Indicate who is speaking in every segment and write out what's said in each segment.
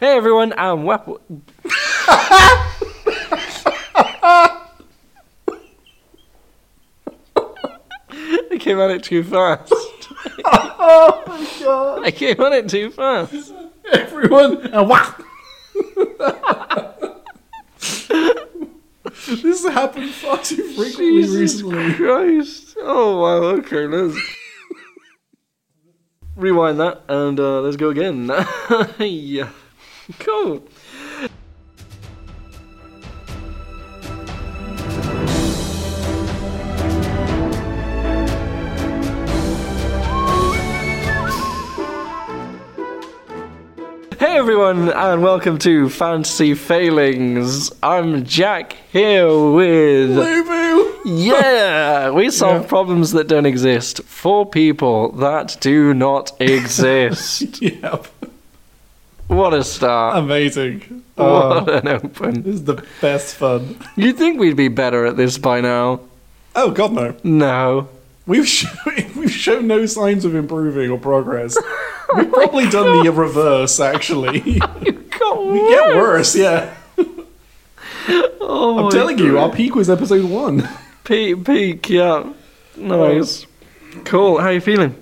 Speaker 1: Hey everyone, I'm Wep. I came on it too fast.
Speaker 2: God.
Speaker 1: I came on it too fast.
Speaker 2: Everyone, and whack. this has happened far too frequently
Speaker 1: Jesus
Speaker 2: recently.
Speaker 1: Christ. Oh wow, okay, let's rewind that and uh, let's go again. yeah. Cool. Hey everyone, and welcome to Fantasy Failings. I'm Jack here with.
Speaker 2: Boo-boo.
Speaker 1: Yeah, we solve
Speaker 2: Yeah.
Speaker 1: problems that don't exist for people that do not exist.
Speaker 2: Yep.
Speaker 1: what a start.
Speaker 2: Amazing. Oh,
Speaker 1: what an open.
Speaker 2: this is the best fun.
Speaker 1: You'd think we'd be better at this by now.
Speaker 2: Oh God, no.
Speaker 1: No.
Speaker 2: We've shown, we've shown no signs of improving or progress. We've probably done the reverse, actually. we
Speaker 1: You got
Speaker 2: get worse, yeah.
Speaker 1: Oh
Speaker 2: I'm
Speaker 1: my
Speaker 2: telling you,
Speaker 1: God.
Speaker 2: our peak was episode one.
Speaker 1: Peak, peak, yeah. Nice. Cool. How you feeling?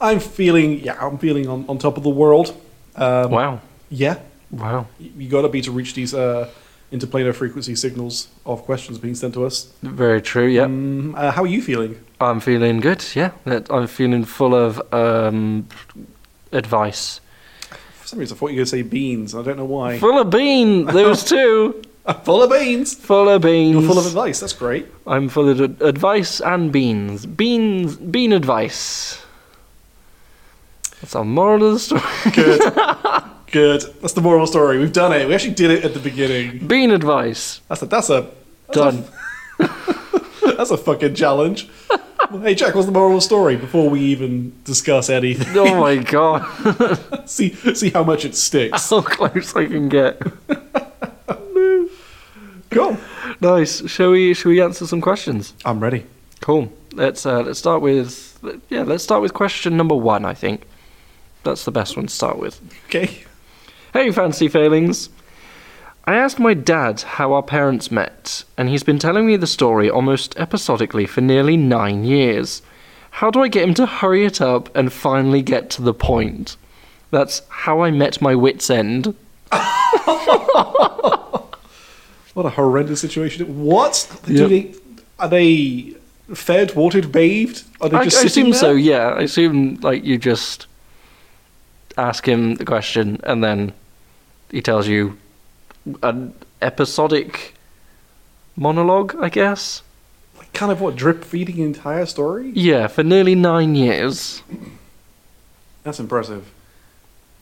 Speaker 2: I'm feeling, yeah, I'm feeling on, on top of the world. Um,
Speaker 1: Wow.
Speaker 2: Yeah,
Speaker 1: Wow.
Speaker 2: you you gotta be to reach these uh, interplanar frequency signals of questions being sent to us.
Speaker 1: Very true, yeah.
Speaker 2: Mm, uh, how are you feeling?
Speaker 1: I'm feeling good, yeah. That- I'm feeling full of um, advice.
Speaker 2: For some reason, I thought you were gonna say beans. I don't know why.
Speaker 1: Full of bean, those two.
Speaker 2: I'm full of beans.
Speaker 1: Full of beans.
Speaker 2: You're full of advice. That's great.
Speaker 1: I'm full of ad- advice and beans. Beans, bean advice. That's our moral of the story.
Speaker 2: Good. Good. That's the moral story. We've done it. We actually did it at the beginning.
Speaker 1: Bean advice.
Speaker 2: That's a. That's a.
Speaker 1: Done.
Speaker 2: That's a fucking challenge. hey Jack, what's the moral story? Before we even discuss anything,
Speaker 1: Oh my god.
Speaker 2: see see how much it sticks.
Speaker 1: How close I can get.
Speaker 2: Cool.
Speaker 1: Nice. Shall we? Shall we answer some questions?
Speaker 2: I'm ready.
Speaker 1: Cool. Let's uh, let's start with yeah. Let's start with question number one. I think that's the best one to start with.
Speaker 2: Okay.
Speaker 1: Hey, fancy failings. I asked my dad how our parents met, and he's been telling me the story almost episodically for nearly nine years. How do I get him to hurry it up and finally get to the point? That's how I met my wits end.
Speaker 2: What a horrendous situation. What? Do
Speaker 1: Yep.
Speaker 2: they, are they fed, watered, bathed? Are they
Speaker 1: I, I
Speaker 2: just sitting
Speaker 1: assume so,
Speaker 2: there?
Speaker 1: yeah. I assume like you just ask him the question, and then he tells you an episodic monologue, I guess.
Speaker 2: Like, kind of what, drip feeding the entire story?
Speaker 1: Yeah, for nearly nine years.
Speaker 2: That's impressive.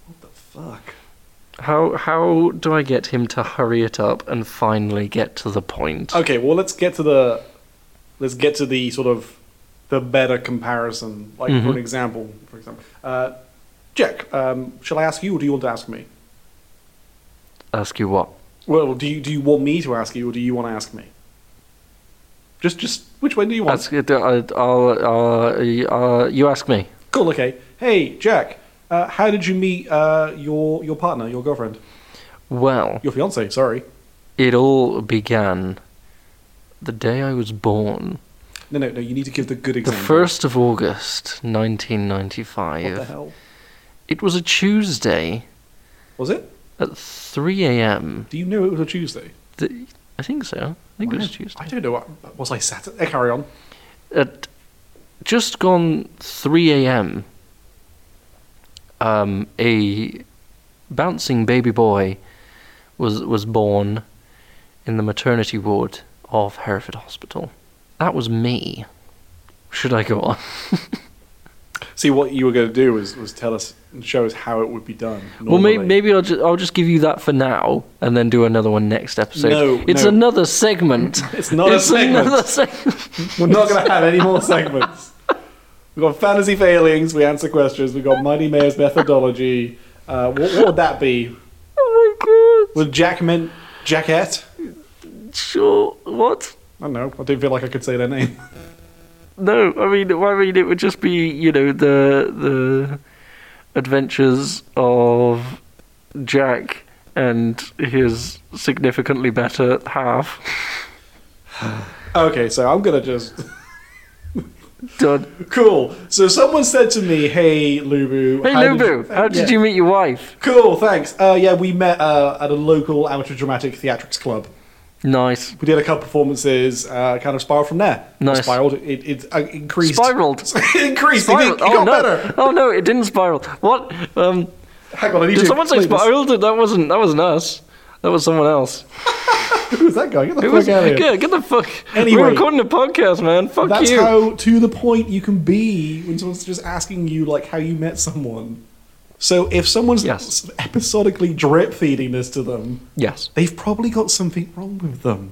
Speaker 2: What the fuck?
Speaker 1: How how do I get him to hurry it up and finally get to the point?
Speaker 2: Okay, well let's get to the let's get to the sort of the better comparison. Like for
Speaker 1: Mhm.
Speaker 2: an example, for example. Uh, Jack, um, shall I ask you or do you want to ask me?
Speaker 1: Ask you what?
Speaker 2: Well, do you do you want me to ask you or do you want to ask me? Just just which one do you want?
Speaker 1: Ask, uh, uh, uh, uh, you ask me.
Speaker 2: Cool. Okay. Hey, Jack. Uh, how did you meet uh, your your partner, your girlfriend,
Speaker 1: Well,
Speaker 2: your fiance? Sorry.
Speaker 1: it all began the day I was born,
Speaker 2: No, no, no. You need to give the good
Speaker 1: the
Speaker 2: example.
Speaker 1: first of August, nineteen
Speaker 2: What the
Speaker 1: ninety-five.
Speaker 2: hell
Speaker 1: It was a Tuesday
Speaker 2: was it?
Speaker 1: at three a.m.
Speaker 2: Do you know it was a Tuesday?
Speaker 1: Th- I think so. I think it was Tuesday.
Speaker 2: I don't know. What, was I Saturday? Carry on.
Speaker 1: at just gone 3 a.m., um, a bouncing baby boy was was born in the maternity ward of Hereford Hospital. That was me. Should I go on?
Speaker 2: See, what you were going to do was, was tell us and show us how it would be done.
Speaker 1: Well,
Speaker 2: normally.
Speaker 1: maybe, maybe I'll just I'll just give you that for now, and then do another one next episode.
Speaker 2: No,
Speaker 1: it's
Speaker 2: no.
Speaker 1: another segment.
Speaker 2: It's not a segment.
Speaker 1: another segment.
Speaker 2: we're not going to have any more segments. We've got fantasy failings. We answer questions. We've got Mighty Mayor's methodology. Uh, what, what would that be?
Speaker 1: oh my
Speaker 2: Would Jack meant Jackette?
Speaker 1: god! Sure. What?
Speaker 2: I don't know. I didn't feel like I could say their name.
Speaker 1: No, I mean, I mean, it would just be you know the the adventures of Jack and his significantly better half.
Speaker 2: Okay, so I'm gonna just
Speaker 1: Done.
Speaker 2: cool. So someone said to me, "Hey, Lubu.
Speaker 1: Hey,
Speaker 2: how did
Speaker 1: Lubu,
Speaker 2: you-
Speaker 1: how did
Speaker 2: Yeah.
Speaker 1: you meet your wife?
Speaker 2: Cool, thanks. Uh, yeah, we met uh, at a local amateur dramatic theatrics club.
Speaker 1: Nice.
Speaker 2: We did a couple performances, uh, kind of spiral from there.
Speaker 1: Nice.
Speaker 2: Spiraled. It, it uh, increased.
Speaker 1: Spiraled.
Speaker 2: it increased. It,
Speaker 1: Spiral.
Speaker 2: did- it
Speaker 1: Oh
Speaker 2: got
Speaker 1: no!
Speaker 2: better.
Speaker 1: Oh no! It didn't spiral. What? Um,
Speaker 2: Hang on, I need
Speaker 1: did
Speaker 2: to
Speaker 1: someone say
Speaker 2: explain this.
Speaker 1: spiraled? That wasn't. That wasn't us. That was someone else.
Speaker 2: Who's that guy? Get the
Speaker 1: It
Speaker 2: fuck
Speaker 1: was.
Speaker 2: out of here.
Speaker 1: Yeah, get the fuck.
Speaker 2: Anyway.
Speaker 1: we're recording a podcast, man. Fuck
Speaker 2: That's
Speaker 1: you.
Speaker 2: how to the point you can be when someone's just asking you like how you met someone. So if someone's
Speaker 1: Yes.
Speaker 2: episodically drip feeding this to them,
Speaker 1: yes.
Speaker 2: they've probably got something wrong with them,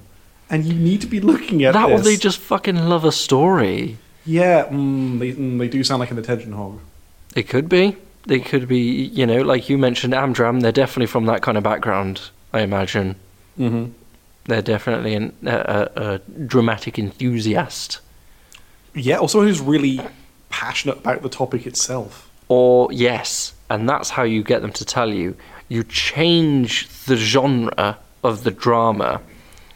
Speaker 2: and you need to be looking at
Speaker 1: That
Speaker 2: this.
Speaker 1: or they just fucking love a story.
Speaker 2: yeah, mm, they, mm, they do sound like an attention hog.
Speaker 1: It could be. They could be. You know, like you mentioned, Amdram. They're definitely from that kind of background. I imagine
Speaker 2: Mm-hmm.
Speaker 1: they're definitely an, a, a, a dramatic enthusiast.
Speaker 2: Yeah, or someone who's really passionate about the topic itself.
Speaker 1: or yes, and that's how you get them to tell you. You change the genre of the drama.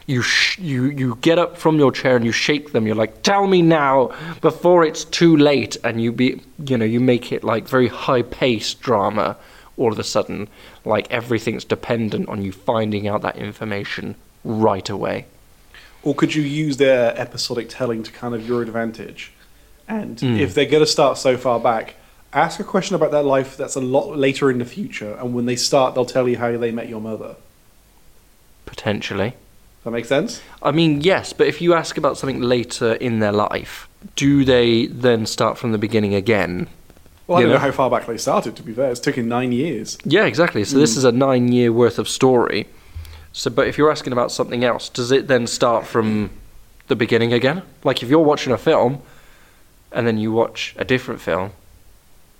Speaker 1: You sh- you you get up from your chair and you shake them. You're like, "Tell me now, before it's too late." And you be you know you make it like very high paced drama. All of a sudden, like everything's dependent on you finding out that information right away.
Speaker 2: Or could you use their episodic telling to kind of your advantage? And
Speaker 1: Mm.
Speaker 2: if they're going to start so far back, ask a question about their life that's a lot later in the future. And when they start, they'll tell you how they met your mother.
Speaker 1: Potentially,
Speaker 2: Does that make sense?
Speaker 1: I mean, yes, but if you ask about something later in their life, do they then start from the beginning again?
Speaker 2: Well, I
Speaker 1: You
Speaker 2: don't know
Speaker 1: know.
Speaker 2: how far back they started, to be fair. It's taken nine years.
Speaker 1: Yeah, exactly. So this is a nine year worth of story. So, but if you're asking about something else, does it then start from the beginning again? Like if you're watching a film and then you watch a different film,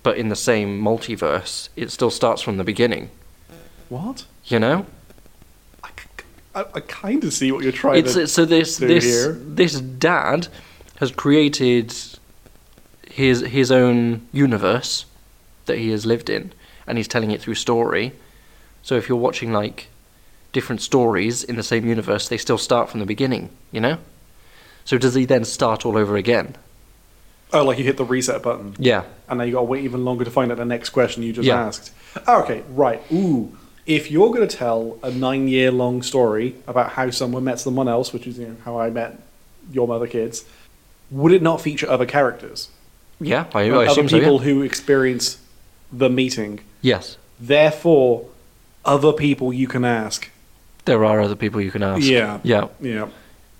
Speaker 1: but in the same multiverse, it still starts from the beginning.
Speaker 2: What?
Speaker 1: You know,
Speaker 2: I, kind of see what you're trying
Speaker 1: it's
Speaker 2: to.
Speaker 1: it's- so this
Speaker 2: do
Speaker 1: this
Speaker 2: here.
Speaker 1: this dad has created his his own universe that he has lived in, and he's telling it through story. So if you're watching like different stories in the same universe, they still start from the beginning, you know. So does he then start all over again?
Speaker 2: Oh, like you hit the reset button.
Speaker 1: Yeah,
Speaker 2: and now you got to wait even longer to find out the next question you just
Speaker 1: Yeah.
Speaker 2: asked. Okay, right. Ooh, if you're going to tell a nine-year-long story about how someone met someone else, which is you know, how I met your mother, kids, would it not feature other characters,
Speaker 1: yeah. I, I
Speaker 2: other
Speaker 1: assume so.
Speaker 2: people
Speaker 1: Yeah.
Speaker 2: who experience the meeting?
Speaker 1: Yes,
Speaker 2: Therefore, other people you can ask.
Speaker 1: there are other people you can ask.
Speaker 2: Yeah.
Speaker 1: yeah.
Speaker 2: Yeah.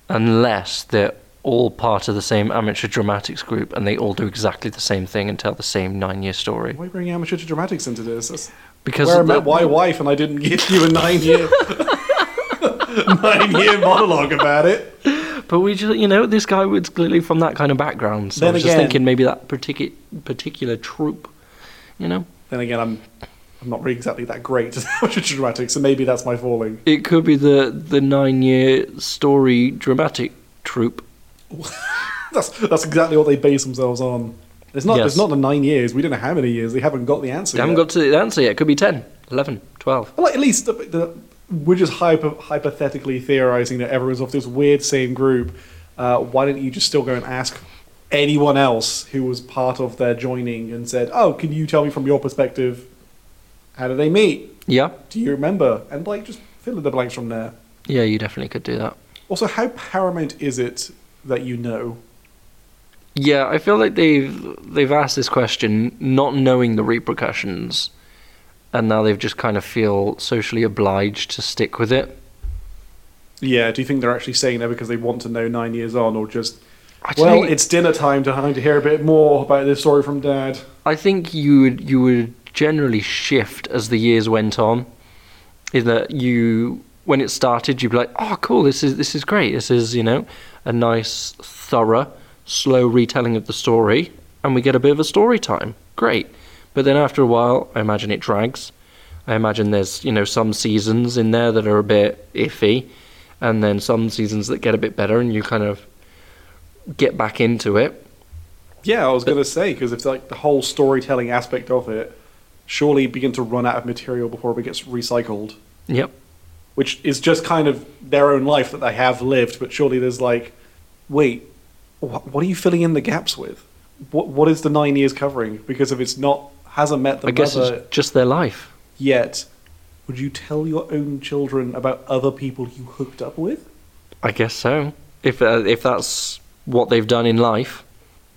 Speaker 1: unless they're all part of the same amateur dramatics group and they all do exactly the same thing and tell the same nine-year story.
Speaker 2: Why bring amateur to dramatics into this? That's
Speaker 1: Because
Speaker 2: where I
Speaker 1: the-
Speaker 2: met my wife and I didn't give you a nine-year, nine-year monologue about it.
Speaker 1: but we just, you know, this guy was clearly from that kind of background, so
Speaker 2: Then
Speaker 1: I was just
Speaker 2: again-
Speaker 1: thinking maybe that particular particular troop, you know,
Speaker 2: Then again, I'm I'm not really exactly that great at amateur dramatics, so maybe that's my falling.
Speaker 1: it could be the the nine-year story dramatic troop.
Speaker 2: That's that's exactly what they base themselves on. It's not
Speaker 1: Yes.
Speaker 2: it's not the nine years. We don't know how many years. They haven't got the answer.
Speaker 1: They haven't
Speaker 2: yet.
Speaker 1: got to the answer yet. It could be 10, 11, 12.
Speaker 2: Well, like, at least the, the, we're just hyper, hypothetically theorizing that everyone's of this weird same group. Uh, why don't you just still go and ask anyone else who was part of their joining and said, "Oh, can you tell me from your perspective, how did they meet?
Speaker 1: Yeah,
Speaker 2: Do you remember?" And like just fill in the blanks from there.
Speaker 1: yeah, you definitely could do that.
Speaker 2: Also, how paramount is it that you know?
Speaker 1: Yeah, I feel like they've they've asked this question not knowing the repercussions, and now they've just kind of feel socially obliged to stick with it.
Speaker 2: Yeah, do you think they're actually saying that because they want to know nine years on, or just
Speaker 1: I just
Speaker 2: well,
Speaker 1: think-
Speaker 2: it's dinner time time to hear a bit more about this story from Dad?
Speaker 1: I think you would you would generally shift as the years went on, in that you when it started you'd be like, oh cool, this is this is great, this is you know a nice thorough slow retelling of the story, and we get a bit of a story time, great. But then after a while, I imagine it drags. I imagine there's you know some seasons in there that are a bit iffy, and then some seasons that get a bit better, and you kind of get back into it.
Speaker 2: Yeah, I was gonna say because if like the whole storytelling aspect of it surely begin to run out of material before it gets recycled,
Speaker 1: Yep.
Speaker 2: which is just kind of their own life that they have lived. But surely there's like, wait, wh- what are you filling in the gaps with? What what is the nine years covering? Because if it's not hasn't met the
Speaker 1: I guess
Speaker 2: mother
Speaker 1: it's just their life.
Speaker 2: yet, would you tell your own children about other people you hooked up with?
Speaker 1: I guess so. If uh, if that's what they've done in life,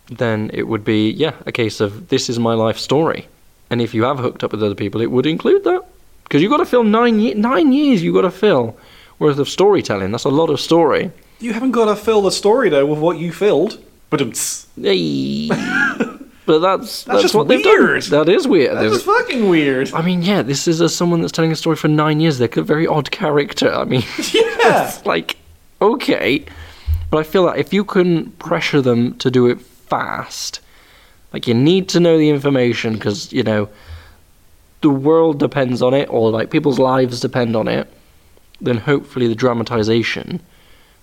Speaker 1: then it would be yeah a case of this is my life story. And if you have hooked up with other people, it would include that because you've got to fill nine ye- nine years. You've got to fill worth of storytelling. That's a lot of story.
Speaker 2: You haven't got to fill the story though with what you filled. But that's
Speaker 1: Hey. but that's that's,
Speaker 2: just
Speaker 1: what
Speaker 2: weird.
Speaker 1: they've done. That is weird. There's-
Speaker 2: just fucking weird.
Speaker 1: I mean, yeah, this is uh, someone that's telling a story for nine years. They're a very odd character. I mean,
Speaker 2: Yeah.
Speaker 1: it's like, okay. But I feel that if you can pressure them to do it fast, like you need to know the information because, you know, the world depends on it or like people's lives depend on it, then hopefully the dramatization,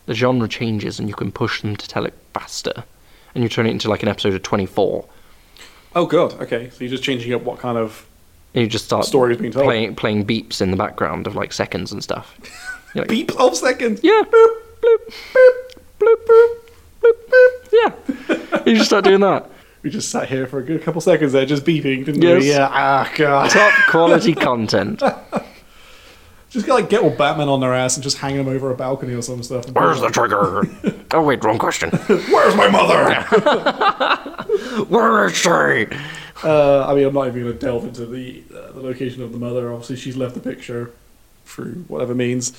Speaker 1: the genre changes and you can push them to tell it faster. And you turn it into like an episode of 24.
Speaker 2: Oh god. Okay. So you're just changing up what kind of
Speaker 1: And you just start
Speaker 2: Stories being told.
Speaker 1: playing playing beeps in the background of like seconds and stuff. You're like,
Speaker 2: beep of seconds.
Speaker 1: Yeah. Boop, bloop, boop, bloop, boop, boop, boop. Yeah. You just start doing that.
Speaker 2: We just sat here for a good couple seconds there, just beeping, didn't
Speaker 1: Yes.
Speaker 2: we? Yeah. Ah god.
Speaker 1: Top quality content.
Speaker 2: Just gotta like get all Batman on their ass and just hang them over a balcony or some stuff.
Speaker 1: Where's the trigger? Oh wait, wrong question.
Speaker 2: Where's my mother?
Speaker 1: Where is she?
Speaker 2: uh, I mean, I'm not even gonna delve into the uh, the location of the mother. Obviously, she's left the picture through whatever means.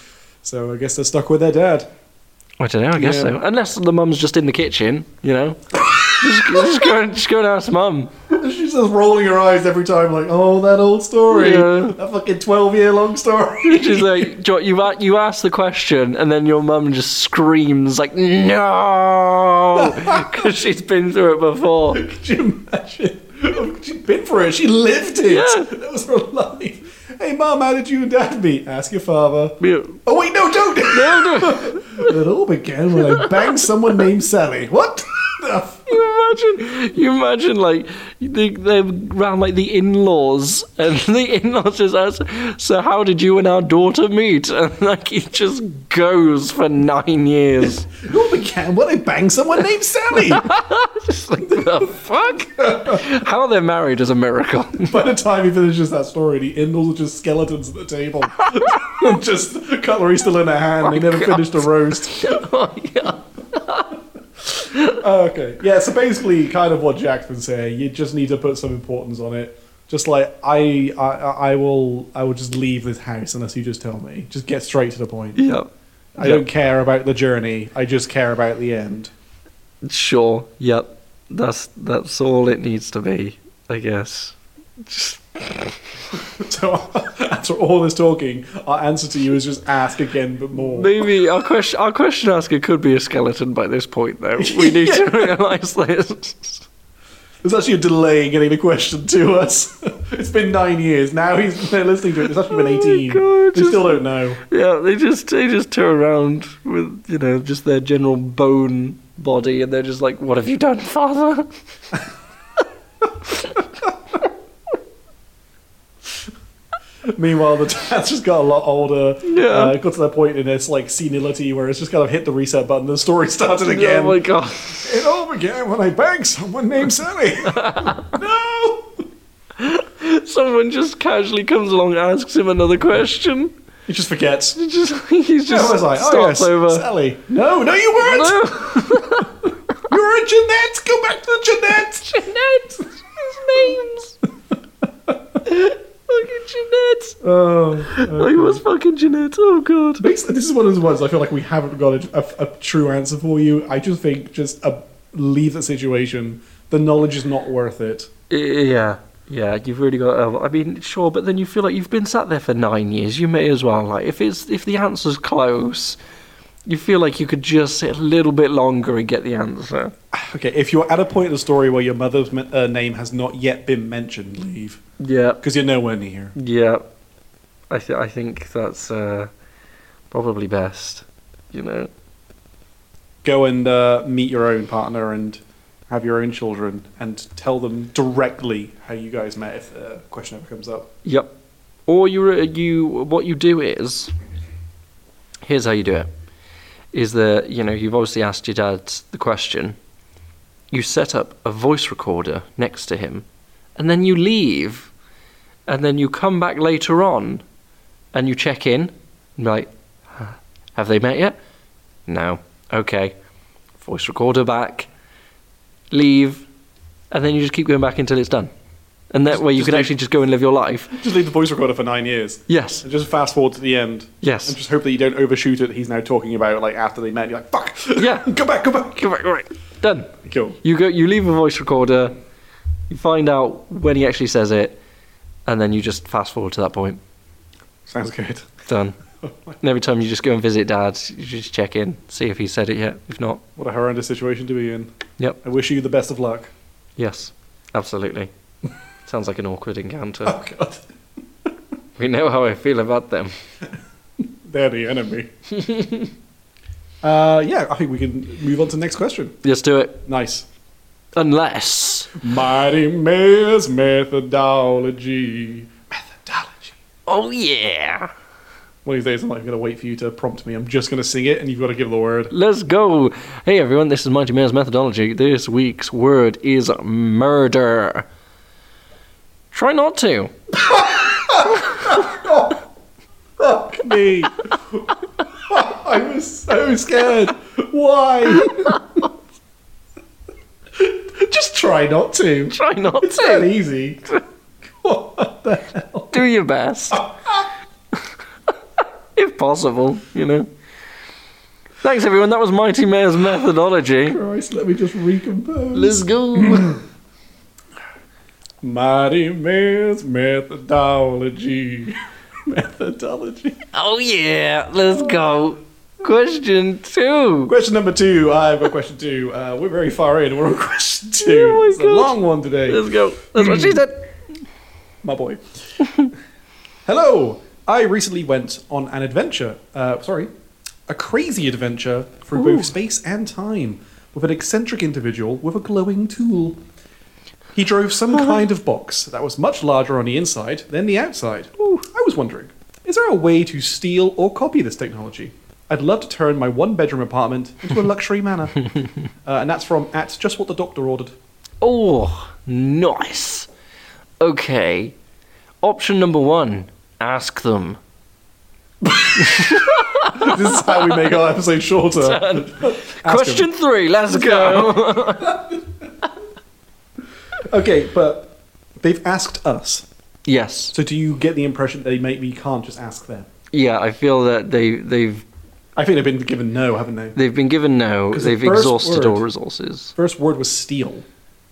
Speaker 2: So I guess they're stuck with their dad.
Speaker 1: I don't know. I guess
Speaker 2: Yeah.
Speaker 1: so. Unless the mum's just in the kitchen, you know. just, just go and just go and ask mum.
Speaker 2: She's just rolling her eyes every time, like, "Oh, that old story,
Speaker 1: Yeah.
Speaker 2: that fucking twelve-year-long story."
Speaker 1: She's like, "Jo- you a- you ask the question, and then your mum just screams like, no, because she's been through it before.
Speaker 2: Could you imagine? She'd been for it. She lived it.
Speaker 1: Yeah.
Speaker 2: That was her life. Hey, mom, how did you and dad meet? Ask your father.
Speaker 1: Yeah.
Speaker 2: Oh wait, no, don't.
Speaker 1: No, no.
Speaker 2: it all began when I banged someone named Sally. What? The f-
Speaker 1: You imagine, you imagine, like they, they're round like the in-laws, and the in-laws just ask, "So how did you and our daughter meet?" And like it just goes for nine years.
Speaker 2: it all began when I banged someone named Sally.
Speaker 1: It's like the fuck. How they're married is a miracle.
Speaker 2: By the time he finishes that story, the in-laws are just skeletons at the table, just cutlery still in their hand. they never finished a roast.
Speaker 1: oh, yeah.
Speaker 2: Oh, okay. Yeah, so basically, kind of what Jack's been saying, you just need to put some importance on it. Just like I, I, I will, I will just leave this house unless you just tell me. Just get straight to the point.
Speaker 1: yeah,
Speaker 2: I don't care about the journey. I just care about the end.
Speaker 1: sure, yep. That's that's all it needs to be, I guess. Just,
Speaker 2: So after all this talking, our answer to you is just ask again, but more.
Speaker 1: maybe our question our question asker could be a skeleton by this point, though. We need to realise this.
Speaker 2: There's actually a delay in getting the question to us. it's been nine years. Now he's they're listening to it. It's actually been
Speaker 1: Oh my
Speaker 2: eighteen.
Speaker 1: God,
Speaker 2: they
Speaker 1: just-
Speaker 2: still don't know.
Speaker 1: Yeah, they just they just turn around with you know just their general bone body, and they're just like, "What have you done, father?"
Speaker 2: Meanwhile, the dad's just got a lot older.
Speaker 1: Yeah.
Speaker 2: Uh, got to that point in its like senility where it's just kind of hit the reset button. The story started again.
Speaker 1: Oh my god!
Speaker 2: it all began when I banged someone named Sally. no.
Speaker 1: Someone just casually comes along, and asks him another question.
Speaker 2: He just forgets.
Speaker 1: He just he's just
Speaker 2: I was like, oh
Speaker 1: starts
Speaker 2: yes,
Speaker 1: over.
Speaker 2: Sally. No, no, you weren't.
Speaker 1: No,
Speaker 2: You were a Jeanette. Go back to Jeanette.
Speaker 1: Jeanette, his names. fucking Jeanette.
Speaker 2: Oh.
Speaker 1: Oh, he was fucking Jeanette. Oh god.
Speaker 2: Basically, this is one of those ones I feel like we haven't got a, a- a true answer for you. I just think just uh leave the situation. The knowledge is not worth it.
Speaker 1: Yeah, yeah, you've really got. Uh, I mean, sure, but then you feel like you've been sat there for nine years. You may as well like if it's if the answer's close, you feel like you could just sit a little bit longer and get the answer.
Speaker 2: Okay, if you're at a point in the story where your mother's men- uh, name has not yet been mentioned, leave
Speaker 1: Yeah,
Speaker 2: because you're nowhere near.
Speaker 1: yeah. I th- I think that's uh, probably best. You know.
Speaker 2: Go and uh, meet your own partner and have your own children, and tell them directly how you guys met if the question ever comes up.
Speaker 1: Yep. Or you re- you what you do is here's how you do it. Is that you know you've obviously asked your dad the question. You set up a voice recorder next to him, and then you leave, and then you come back later on, and you check in. and be Like, "Huh, have they met yet? No. Okay. Voice recorder back. Leave, and then you just keep going back until it's done. And that
Speaker 2: Just-
Speaker 1: way you
Speaker 2: just
Speaker 1: can
Speaker 2: leave-
Speaker 1: actually just go and live your life.
Speaker 2: Just leave the voice recorder for nine years.
Speaker 1: Yes.
Speaker 2: And just fast forward to the end.
Speaker 1: Yes.
Speaker 2: And just hope that you don't overshoot it. He's now talking about like after they met. You're like, fuck.
Speaker 1: Yeah.
Speaker 2: go back, go back.
Speaker 1: Come back, all right. Done.
Speaker 2: Cool.
Speaker 1: You go. You leave a voice recorder. You find out when he actually says it, and then you just fast forward to that point.
Speaker 2: Sounds good.
Speaker 1: Done. And every time you just go and visit Dad, you just check in, see if he said it yet. If not,
Speaker 2: What a horrendous situation to be in.
Speaker 1: Yep.
Speaker 2: I wish you the best of luck.
Speaker 1: yes, absolutely. Sounds like an awkward encounter.
Speaker 2: Oh god.
Speaker 1: We know how I feel about them.
Speaker 2: They're the enemy. uh, yeah, I think we can move on to the next question.
Speaker 1: Let's do it.
Speaker 2: Nice.
Speaker 1: Unless.
Speaker 2: Mighty Mayor's methodology. Methodology.
Speaker 1: Oh yeah.
Speaker 2: One of these days, I'm not even going to wait for you to prompt me. I'm just going to sing it, and you've got to give the word.
Speaker 1: Let's go. Hey everyone, this is Mighty Man's Methodology. This week's word is murder. Try not to.
Speaker 2: Fuck me. I was so scared. Why? Just try not to.
Speaker 1: Try not
Speaker 2: It's that
Speaker 1: to.
Speaker 2: easy. What the hell?
Speaker 1: Do your best. if possible, you know. Thanks everyone, that was Mighty Mayor's methodology.
Speaker 2: Christ, let me just recompose.
Speaker 1: Let's go.
Speaker 2: Mighty Man's methodology. methodology.
Speaker 1: oh yeah, let's go. Question two.
Speaker 2: Question number two. I've got question two. Uh, we're very far in. We're on question two.
Speaker 1: Oh my
Speaker 2: it's a
Speaker 1: God.
Speaker 2: long one today.
Speaker 1: Let's go. That's what she said.
Speaker 2: my boy. Hello. I recently went on an adventure. Uh, sorry, a crazy adventure through both space and time with an eccentric individual with a glowing tool. He drove some kind of box that was much larger on the inside than the outside. I was wondering, is there a way to steal or copy this technology? I'd love to turn my one bedroom apartment into a luxury manor. Uh, and that's from at just what the doctor ordered.
Speaker 1: Oh, nice. Okay. Option number one ask them.
Speaker 2: this is how we make our episode shorter. Ask him.
Speaker 1: Question three, let's go.
Speaker 2: Okay, but they've asked us.
Speaker 1: yes.
Speaker 2: So do you get the impression that maybe you can't just ask them?
Speaker 1: Yeah, I feel that they they've
Speaker 2: I think they've been given no, haven't they?
Speaker 1: they've been given no.
Speaker 2: 'Cause the
Speaker 1: They've
Speaker 2: first
Speaker 1: exhausted
Speaker 2: word-
Speaker 1: all resources.
Speaker 2: First word was steal.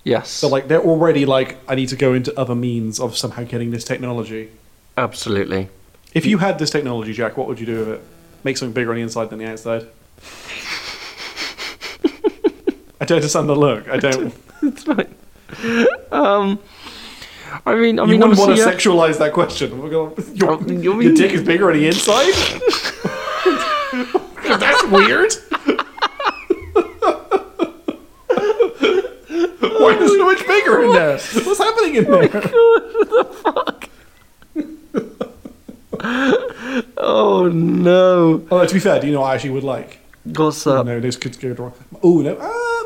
Speaker 1: Yes.
Speaker 2: So like they're already like, I need to go into other means of somehow getting this technology.
Speaker 1: Absolutely.
Speaker 2: If you had this technology, Jack, what would you do with it? Make something bigger on the inside than the outside. I don't understand the look. I don't.
Speaker 1: It's fine. Um I mean I
Speaker 2: you
Speaker 1: mean
Speaker 2: wouldn't want
Speaker 1: obviously, uh,
Speaker 2: to
Speaker 1: yeah.
Speaker 2: sexualize that question. We're gonna-
Speaker 1: Oh,
Speaker 2: Your,
Speaker 1: you
Speaker 2: your
Speaker 1: mean-
Speaker 2: dick is bigger on the inside. That's weird. Why is it so much bigger in there? What's happening in there?
Speaker 1: Oh no.
Speaker 2: Although to be fair, do you know what I actually would like?
Speaker 1: What's up?
Speaker 2: no, this could go wrong. Oh no. Uh,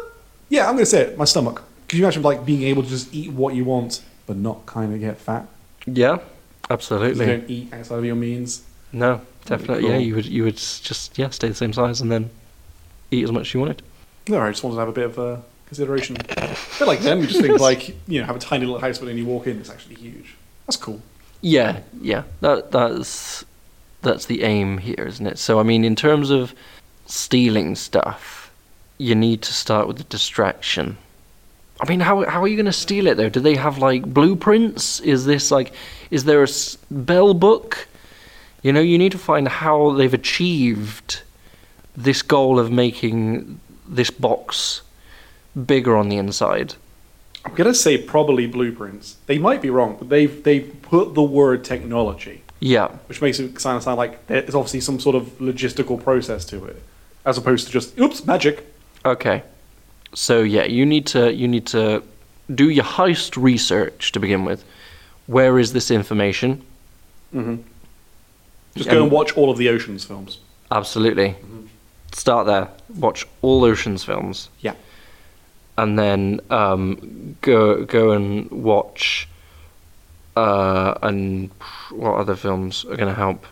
Speaker 2: yeah, I'm gonna say it. My stomach. Could you imagine like being able to just eat what you want, but not kind of get fat?
Speaker 1: Yeah.
Speaker 2: 'Cause You
Speaker 1: Absolutely.
Speaker 2: don't eat outside of your means.
Speaker 1: No, definitely.
Speaker 2: cool.
Speaker 1: Yeah, you would you would s- just yeah, stay the same size and then eat as much as you wanted.
Speaker 2: No, I just wanted to have a bit of uh, consideration. A bit like them, you just think like you know, have a tiny little house, but then you walk in, it's actually huge. That's cool.
Speaker 1: Yeah, yeah. That that's that's the aim here, isn't it? So I mean, in terms of stealing stuff, you need to start with the distraction. I mean, how how are you going to steal it though? Do they have like blueprints? Is this like is there a s- bell book? You know, you need to find how they've achieved this goal of making this box bigger on the inside.
Speaker 2: I'm gonna say probably blueprints. They might be wrong, but they've they've put the word technology,
Speaker 1: Yeah.
Speaker 2: which makes it sound sound like there's obviously some sort of logistical process to it, as opposed to just oops magic.
Speaker 1: Okay. So yeah, you need to you need to do your heist research to begin with. Where is this information?
Speaker 2: hmm
Speaker 1: Mm-hmm. And-
Speaker 2: Just go and watch all of the Ocean's films.
Speaker 1: Absolutely.
Speaker 2: Mm-hmm.
Speaker 1: Start there. Watch all Ocean's films,
Speaker 2: Yeah.
Speaker 1: and then um, go go and watch. Uh, and what other films are going to help?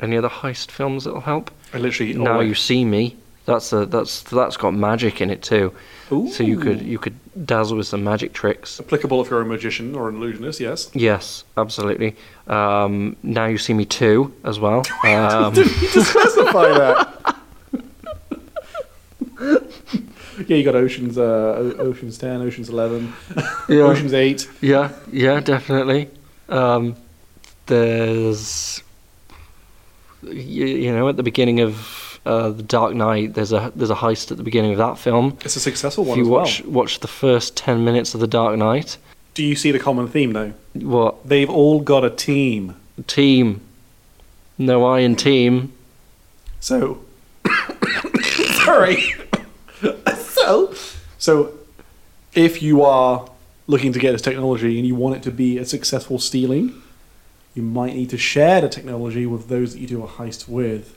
Speaker 1: Any other heist films that'll help?
Speaker 2: I literally. oh,
Speaker 1: Now
Speaker 2: always-
Speaker 1: you see me. That's a, that's that's got magic in it too. So you could
Speaker 2: Ooh.
Speaker 1: you could dazzle with some magic tricks.
Speaker 2: Applicable if you're a magician or an illusionist, yes.
Speaker 1: Yes, absolutely. Um, now you see me too as well. Um,
Speaker 2: you just specify that. yeah, you got Ocean's, uh, O- Ocean's 10, Ocean's 11,
Speaker 1: Yeah.
Speaker 2: Ocean's 8.
Speaker 1: yeah, yeah, definitely. Um, there's you, you know at the beginning of uh, the Dark Knight, there's a there's a heist at the beginning of that film.
Speaker 2: It's a successful
Speaker 1: If
Speaker 2: one
Speaker 1: you
Speaker 2: as
Speaker 1: watch
Speaker 2: well.
Speaker 1: watch the first ten minutes of the Dark Knight,
Speaker 2: Do you see the common theme, though?
Speaker 1: what
Speaker 2: They've all got a team.
Speaker 1: team? No Iron Team.
Speaker 2: So, sorry. so, so if you are looking to get this technology and you want it to be a successful stealing, you might need to share the technology with those that you do a heist with.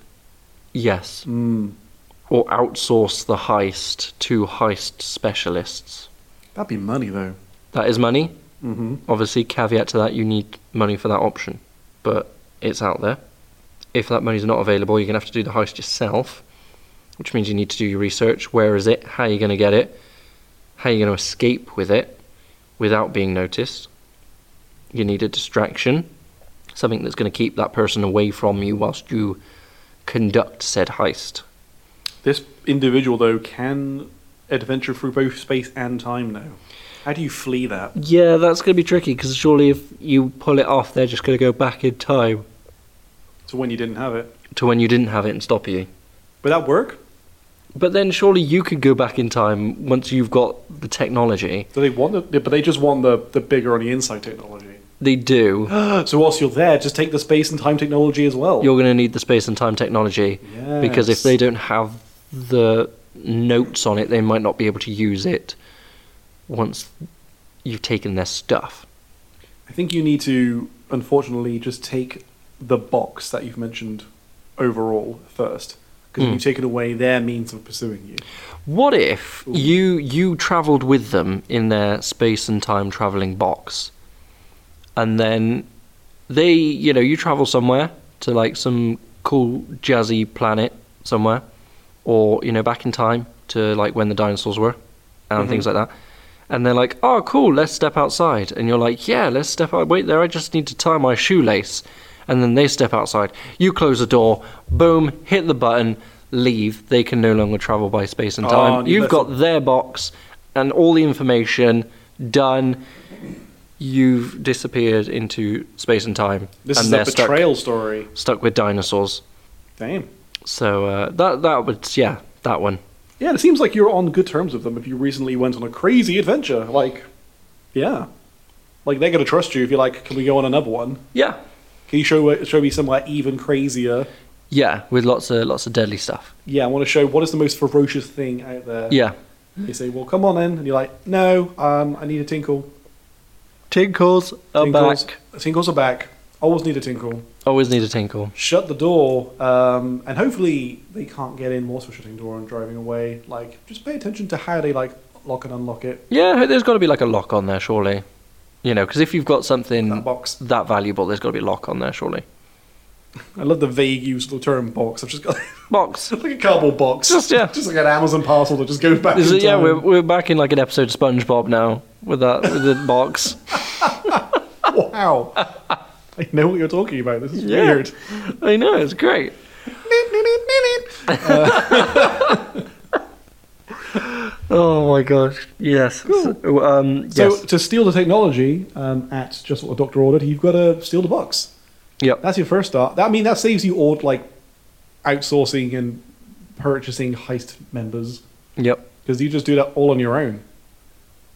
Speaker 1: Yes,
Speaker 2: Mm,
Speaker 1: or outsource the heist to heist specialists.
Speaker 2: that'd be money, though.
Speaker 1: That is money.
Speaker 2: hmm
Speaker 1: Obviously, caveat to that, you need money for that option, but it's out there. If that money's not available, you're going to have to do the heist yourself, which means you need to do your research. Where is it? How are you going to get it? How are you going to escape with it without being noticed? You need a distraction, something that's going to keep that person away from you whilst you conduct said heist.
Speaker 2: This individual, though, can adventure through both space and time now. How do you flee that?
Speaker 1: Yeah, that's going to be tricky because surely if you pull it off, they're just going to go back in time
Speaker 2: So when you didn't have it.
Speaker 1: to when you didn't have it and stop you.
Speaker 2: Would that work?
Speaker 1: But then surely you could go back in time once you've got the technology.
Speaker 2: Do they want the, but they just want the, the bigger on the inside technology.
Speaker 1: They do.
Speaker 2: so whilst you're there, just take the space and time technology as well.
Speaker 1: You're going to need the space and time technology because if
Speaker 2: Yes.
Speaker 1: they don't have the notes on it, they might not be able to use it once you've taken their stuff.
Speaker 2: I think you need to, unfortunately, just take the box that you've mentioned overall first, because
Speaker 1: Mm.
Speaker 2: you've taken away their means of pursuing you.
Speaker 1: What if
Speaker 2: Ooh.
Speaker 1: you you traveled with them in their space and time traveling box, and then they you know you travel somewhere to like some cool jazzy planet somewhere, or you know back in time to like when the dinosaurs were, and things like that. And they're like, "Oh, cool, let's step outside." And you're like, "Yeah, let's step out. Wait there, I just need to tie my shoelace." And then they step outside. You close the door. Boom, hit the button, leave. They can no longer travel by space and
Speaker 2: Oh,
Speaker 1: time.
Speaker 2: and you
Speaker 1: You've
Speaker 2: left
Speaker 1: got their box and all the information done. You've disappeared into space and time,
Speaker 2: This
Speaker 1: and
Speaker 2: is
Speaker 1: they're
Speaker 2: a
Speaker 1: stuck,
Speaker 2: betrayal story.
Speaker 1: stuck with dinosaurs.
Speaker 2: Damn.
Speaker 1: So uh, that that would yeah that one.
Speaker 2: Yeah, it seems like you're on good terms with them if you recently went on a crazy adventure. Like, yeah. Like, they're going to trust you if you're like, can we go on another one?
Speaker 1: Yeah,
Speaker 2: Can you show, show me somewhere even crazier?
Speaker 1: yeah, with lots of lots of deadly stuff.
Speaker 2: Yeah, I want to show what is the most ferocious thing out there.
Speaker 1: Yeah,
Speaker 2: They say, well, come on in. And you're like, no, um, I need a tinkle.
Speaker 1: tinkles are
Speaker 2: Tinkles,
Speaker 1: back.
Speaker 2: Tinkles are back. Always need a tinkle.
Speaker 1: Always need a tinkle.
Speaker 2: Shut the door, um, and hopefully they can't get in whilst we're shutting the door and driving away. Like, just pay attention to how they like lock and unlock it.
Speaker 1: Yeah, there's got to be like a lock on there, surely. You know, because if you've got something
Speaker 2: That box.
Speaker 1: that valuable, there's got to be a lock on there, surely.
Speaker 2: I love the vague use of the term box. I've just got
Speaker 1: Box.
Speaker 2: like a cardboard box,
Speaker 1: Just, yeah.
Speaker 2: just like an Amazon parcel that just goes back.
Speaker 1: Is
Speaker 2: in
Speaker 1: it, yeah,
Speaker 2: time.
Speaker 1: we're, we're back in like an episode of SpongeBob now with that with the box.
Speaker 2: wow. I know what you're talking about. This is
Speaker 1: Yeah.
Speaker 2: weird.
Speaker 1: I know it's great. Oh my gosh! Yes. So, um,
Speaker 2: So
Speaker 1: yes.
Speaker 2: to steal the technology um, at just what the doctor ordered, you've got to steal the box.
Speaker 1: Yep.
Speaker 2: That's your first start. That, I mean, that saves you all like outsourcing and purchasing heist members
Speaker 1: Yep.
Speaker 2: because you just do that all on your own.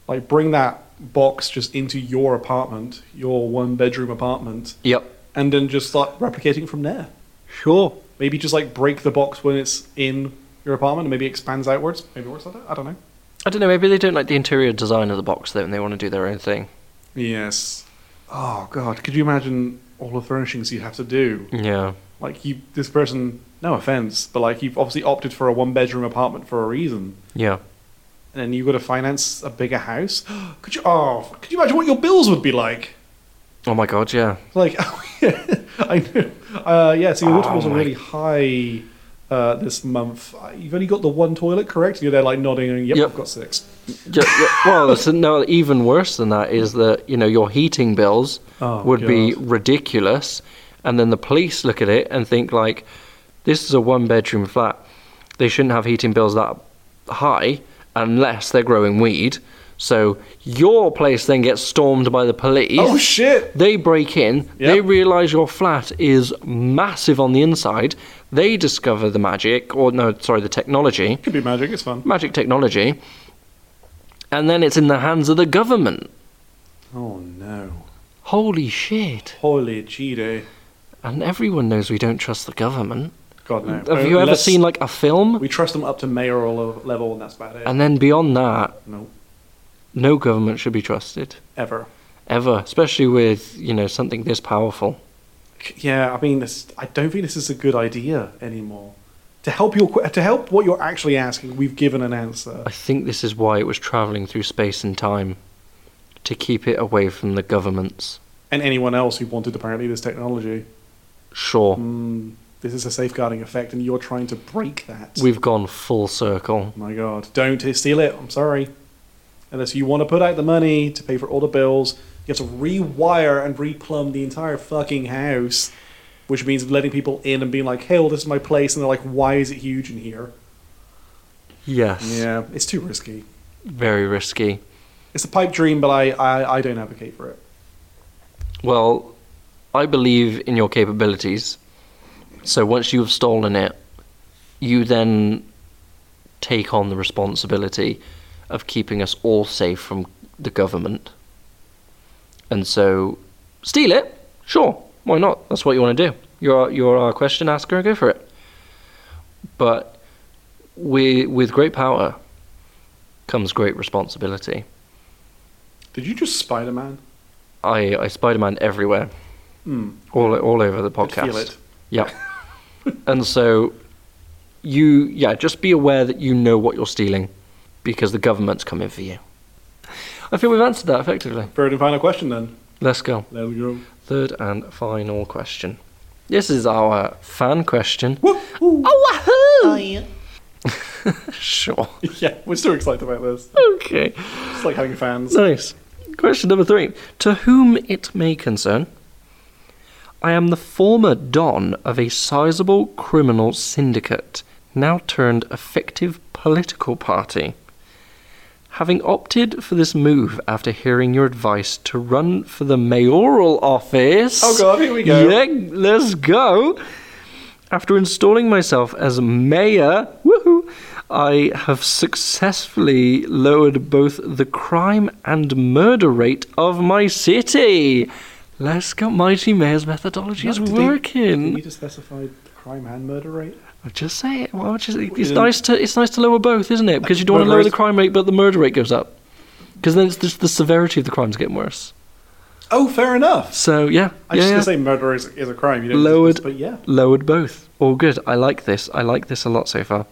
Speaker 2: Like, bring that box just into your apartment, your one bedroom apartment,
Speaker 1: Yep.
Speaker 2: and then just start replicating from there.
Speaker 1: Sure.
Speaker 2: Maybe just like break the box when it's in your apartment and maybe it expands outwards. Maybe it works like that. I don't know.
Speaker 1: I don't know. Maybe they don't like the interior design of the box though, and they want to do their own thing.
Speaker 2: Yes. Oh God, could you imagine all the furnishings you'd have to do?
Speaker 1: Yeah.
Speaker 2: Like you, this person. No offense, but like you've obviously opted for a one-bedroom apartment for a reason,
Speaker 1: Yeah.
Speaker 2: and then you've got to finance a bigger house. Could you? Oh, could you imagine what your bills would be like?
Speaker 1: Oh my god. Yeah.
Speaker 2: Like, I know. Uh, yeah, so your water
Speaker 1: Oh
Speaker 2: bills are
Speaker 1: my-
Speaker 2: really high uh, this month. Uh, You've only got the one toilet, correct? You're there, like nodding, and yep,
Speaker 1: Yep.
Speaker 2: I've got six.
Speaker 1: Yeah, yeah. Well, so no. Even worse than that is that you know your heating bills
Speaker 2: Oh,
Speaker 1: would be
Speaker 2: God.
Speaker 1: ridiculous, and then the police look at it and think like, this is a one-bedroom flat. They shouldn't have heating bills that high unless they're growing weed. So your place then gets stormed by the police.
Speaker 2: Oh shit!
Speaker 1: They break in, they
Speaker 2: Yep.
Speaker 1: realize your flat is massive on the inside, they discover the magic, or no, sorry, the technology,
Speaker 2: Could be magic. It's fun.
Speaker 1: magic technology, and then it's in the hands of the government.
Speaker 2: Oh no!
Speaker 1: Holy shit.
Speaker 2: Holy cheetah!
Speaker 1: And everyone knows we don't trust the government.
Speaker 2: God no!
Speaker 1: Have you ever
Speaker 2: Unless
Speaker 1: seen like a film?
Speaker 2: We trust them up to mayoral lo- level, and that's about it.
Speaker 1: And then beyond that,
Speaker 2: no,
Speaker 1: no government should be trusted.
Speaker 2: ever.
Speaker 1: Ever. Especially with, you know, something this powerful.
Speaker 2: Yeah, I mean, this. I don't think this is a good idea anymore. To help your que- to help what you're actually asking, we've given an answer.
Speaker 1: I think this is why it was travelling through space and time. To keep it away from the governments.
Speaker 2: And anyone else who wanted apparently this technology.
Speaker 1: Sure.
Speaker 2: Mm, this is a safeguarding effect, and you're trying to break that.
Speaker 1: We've gone full circle.
Speaker 2: My God, don't steal it. I'm sorry. Unless you want to put out the money to pay for all the bills, you have to rewire and replumb the entire fucking house, which means letting people in and being like, "Hey, well, this is my place," and they're like, "Why is it huge in here?"
Speaker 1: Yes.
Speaker 2: Yeah, it's too risky.
Speaker 1: Very risky.
Speaker 2: It's a pipe dream, but I, I, I don't advocate for it.
Speaker 1: Well, I believe in your capabilities. So once you have stolen it, you then take on the responsibility of keeping us all safe from the government. And so, steal it? Sure. Why not? That's what you want to do. You're you're our question asker. Go for it. But we, with great power comes great responsibility.
Speaker 2: Did you just Spider Man?
Speaker 1: I, I Spider Man everywhere,
Speaker 2: Hmm.
Speaker 1: all all over the
Speaker 2: could
Speaker 1: podcast.
Speaker 2: Feel it.
Speaker 1: Yeah. and so you yeah, just be aware that you know what you're stealing because the government's coming for you. I feel we've answered that effectively.
Speaker 2: Third and final question, then.
Speaker 1: Let's go.
Speaker 2: There we go.
Speaker 1: Third and final question. This is our fan question.
Speaker 2: Woo-hoo.
Speaker 1: Oh wahoo! sure.
Speaker 2: yeah, we're still excited about this.
Speaker 1: Okay.
Speaker 2: It's like having fans.
Speaker 1: Nice. Question number three. To whom it may concern, I am the former don of a sizable criminal syndicate, now turned a fictive political party. Having opted for this move after hearing your advice to run for the mayoral office.
Speaker 2: Oh God, here we go.
Speaker 1: Yeah, let's go. After installing myself as mayor, woohoo, I have successfully lowered both the crime and murder rate of my city. Let's go, mighty mayor's methodology is
Speaker 2: Did they-
Speaker 1: working.
Speaker 2: Did you just specify the crime and murder rate?
Speaker 1: I'll just say it. Why would you say- it's
Speaker 2: Yeah.
Speaker 1: nice to it's nice to lower both, isn't it? Because you don't want to
Speaker 2: Murder
Speaker 1: lower the
Speaker 2: rate-
Speaker 1: crime rate, but the murder rate goes up. Because then it's just the severity of the crimes getting worse.
Speaker 2: Oh, fair enough.
Speaker 1: So yeah,
Speaker 2: I
Speaker 1: yeah,
Speaker 2: was
Speaker 1: yeah.
Speaker 2: just gonna say murder is, is a crime. You don't
Speaker 1: Lowered-
Speaker 2: but yeah,
Speaker 1: lowered both. All good. I like this. I like this a lot so far.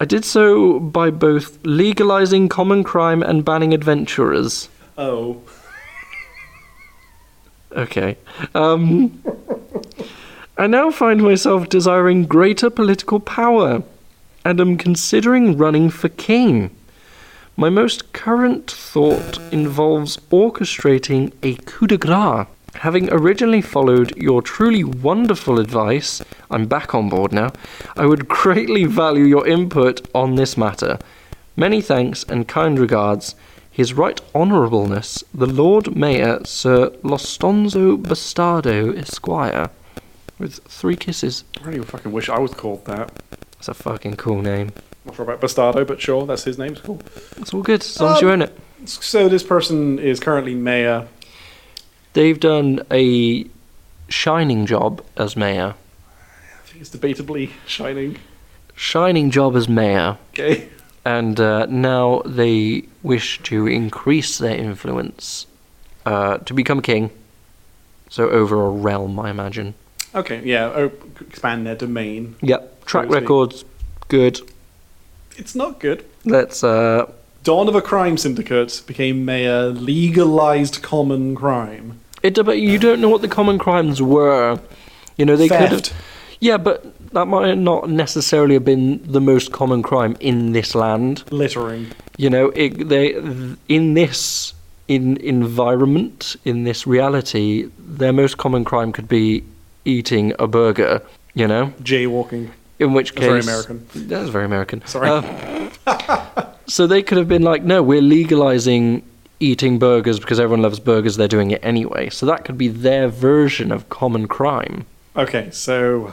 Speaker 1: I did so by both legalizing common crime and banning adventurers.
Speaker 2: oh,
Speaker 1: Okay. Um, I now find myself desiring greater political power and am considering running for king. My most current thought involves orchestrating a coup de grace. Having originally followed your truly wonderful advice, I'm back on board now, I would greatly value your input on this matter. Many thanks and kind regards, His Right Honourableness, the Lord Mayor, Sir Lostonzo Bastardo, Esquire. With three kisses.
Speaker 2: I really fucking wish I was called that.
Speaker 1: That's a fucking cool name.
Speaker 2: Not sure about Bastardo, but sure, that's his name. It's cool.
Speaker 1: It's all good, as long as you own it.
Speaker 2: So this person is currently mayor.
Speaker 1: They've done a shining job as mayor.
Speaker 2: I think it's debatably shining.
Speaker 1: Shining job as mayor.
Speaker 2: Okay,
Speaker 1: and uh, now they wish to increase their influence uh, to become king. So over a realm, I imagine.
Speaker 2: Okay, yeah, oh, expand their domain.
Speaker 1: Yep. Track
Speaker 2: Obviously.
Speaker 1: records, good.
Speaker 2: It's not good.
Speaker 1: Let's. Uh,
Speaker 2: Dawn of a Crime Syndicate became a uh, legalized common crime.
Speaker 1: it. But you don't know what the common crimes were. You know they could.
Speaker 2: Theft.
Speaker 1: have Yeah, but that might not necessarily have been the most common crime in this land.
Speaker 2: Littering.
Speaker 1: You know, it, they th- in this in environment, in this reality, their most common crime could be eating a burger. You know,
Speaker 2: Jaywalking.
Speaker 1: in which case Um,
Speaker 2: That's very American.
Speaker 1: That's very American.
Speaker 2: Sorry.
Speaker 1: Uh, so they could have been like, no, we're legalizing eating burgers because everyone loves burgers. They're doing it anyway. So that could be their version of common crime.
Speaker 2: Okay, so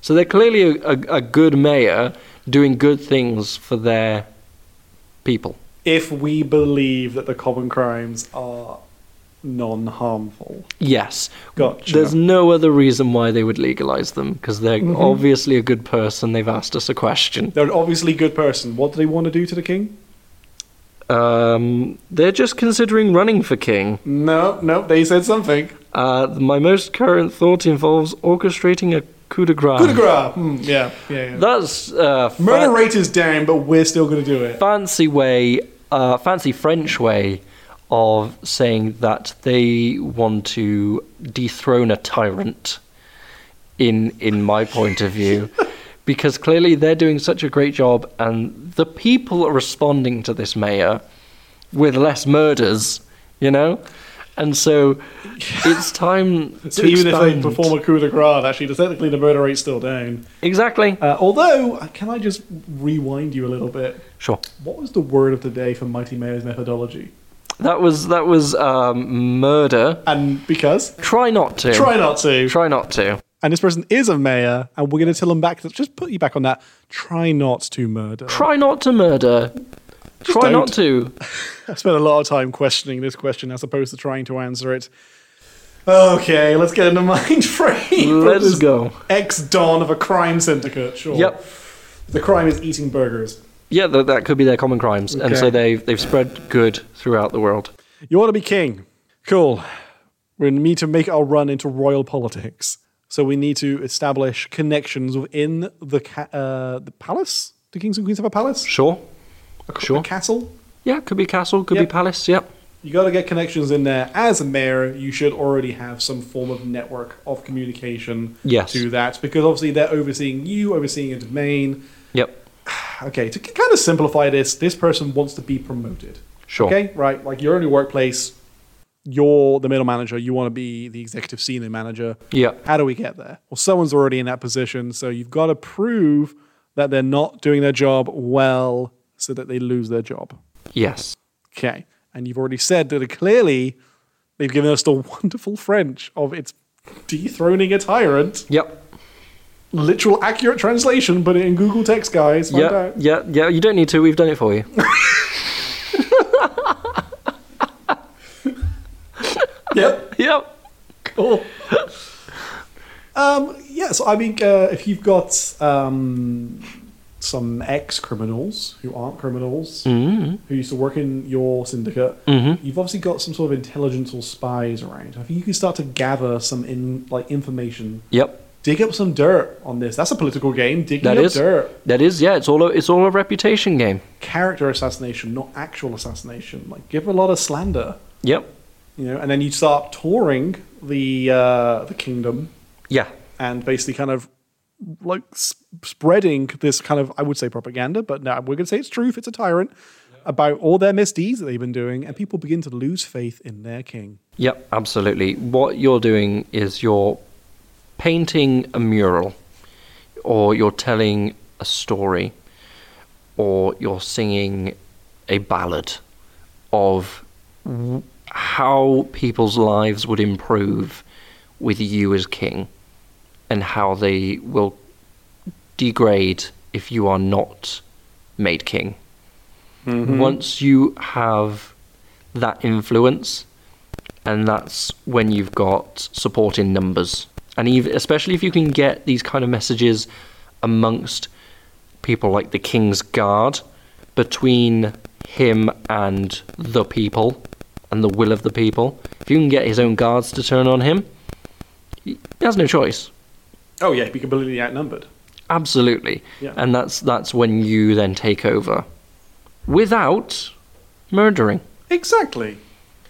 Speaker 1: So they're clearly a, a, a good mayor doing good things for their people.
Speaker 2: if we believe that the common crimes are non harmful,
Speaker 1: Yes.
Speaker 2: Gotcha.
Speaker 1: There's no other reason why they would legalize them because they're
Speaker 2: Mm-hmm.
Speaker 1: obviously a good person. They've asked us a question.
Speaker 2: they're an obviously good person. What do they want to do to the king?
Speaker 1: Um, they're just considering running for king.
Speaker 2: No, no, they said something.
Speaker 1: Uh, my most current thought involves orchestrating a coup de grace.
Speaker 2: Coup de grace. Hmm, yeah, yeah, yeah.
Speaker 1: That's uh, fa-
Speaker 2: Murder rate is down, but we're still going to do it.
Speaker 1: fancy way, uh, fancy French way of saying that they want to dethrone a tyrant. In in my point of view, because clearly they're doing such a great job, and the people are responding to this mayor with less murders, you know, and so it's time to
Speaker 2: So even if they
Speaker 1: expand.
Speaker 2: perform a coup de grace, actually, technically the murder rate's still down.
Speaker 1: exactly
Speaker 2: Uh, although, can I just rewind you a little bit?
Speaker 1: sure.
Speaker 2: What was the word of the day for Mighty Mayor's methodology?
Speaker 1: That was that was um, murder.
Speaker 2: And because?
Speaker 1: Try not to.
Speaker 2: Try not to.
Speaker 1: Try not to.
Speaker 2: and this person is a mayor, and we're going to tell them back. Just put you back on that. Try not to murder.
Speaker 1: Try not to murder. Try
Speaker 2: don't.
Speaker 1: not to.
Speaker 2: I spent a lot of time questioning this question as opposed to trying to answer it. Okay, let's get into mind frame.
Speaker 1: Let's go.
Speaker 2: Ex don of a crime syndicate. Sure.
Speaker 1: Yep.
Speaker 2: The crime is eating burgers.
Speaker 1: Yeah, that, that could be their common crimes, and so
Speaker 2: Okay.
Speaker 1: they've they've spread good throughout the world.
Speaker 2: You want to be king. Cool. We need to make our run into royal politics. So we need to establish connections within the ca- uh, the palace. Do kings and queens have a palace?
Speaker 1: Sure.
Speaker 2: A, ca-
Speaker 1: Sure.
Speaker 2: a castle?
Speaker 1: Yeah, could be castle, could
Speaker 2: Yep.
Speaker 1: be palace. Yep.
Speaker 2: You got to get connections in there. As a mayor, you should already have some form of network of communication
Speaker 1: Yes.
Speaker 2: to that because obviously they're overseeing you, overseeing a domain.
Speaker 1: Yep.
Speaker 2: Okay, to kind of simplify this, this person wants to be promoted.
Speaker 1: Sure.
Speaker 2: Okay, right. Like you're in your workplace, you're the middle manager, you want to be the executive senior manager.
Speaker 1: Yep.
Speaker 2: How do we get there? Well, someone's already in that position, so you've got to prove that they're not doing their job well so that they lose their job.
Speaker 1: Yes.
Speaker 2: Okay. And you've already said that clearly they've given us the wonderful French of it's dethroning a tyrant.
Speaker 1: Yep.
Speaker 2: Literal accurate translation, put it in Google text, guys. Find
Speaker 1: Yeah.
Speaker 2: out.
Speaker 1: Yeah. Yeah. You don't need to. We've done it for you.
Speaker 2: Yep.
Speaker 1: yep.
Speaker 2: Cool. um, yeah, so I mean, uh, if you've got um, some ex criminals who aren't criminals
Speaker 1: Mm.
Speaker 2: who used to work in your syndicate,
Speaker 1: Mhm.
Speaker 2: you've obviously got some sort of intelligence or spies around. I think you can start to gather some in like information
Speaker 1: Yep.
Speaker 2: dig up some dirt on this. That's a political game. Digging
Speaker 1: That
Speaker 2: up
Speaker 1: is.
Speaker 2: dirt.
Speaker 1: That is. Yeah. It's all. A, it's all a reputation game.
Speaker 2: Character assassination, not actual assassination. Like give a lot of slander,
Speaker 1: Yep.
Speaker 2: you know. And then you start touring the uh, the kingdom
Speaker 1: Yeah.
Speaker 2: and basically kind of like s- spreading this kind of I would say propaganda, but now we're going to say it's truth. It's a tyrant about all their misdeeds that they've been doing, and people begin to lose faith in their king.
Speaker 1: Yep, absolutely. What you're doing is you're painting a mural, or you're telling a story, or you're singing a ballad of w- how people's lives would improve with you as king, and how they will degrade if you are not made king. Once you have that influence, and that's when you've got support in numbers. And ev especially if you can get these kind of messages amongst people like the King's Guard, between him and the people and the will of the people. If you can get his own guards to turn on him, he has no choice.
Speaker 2: Oh yeah, he'd be completely outnumbered.
Speaker 1: Absolutely.
Speaker 2: Yeah.
Speaker 1: And that's that's when you then take over without murdering.
Speaker 2: Exactly.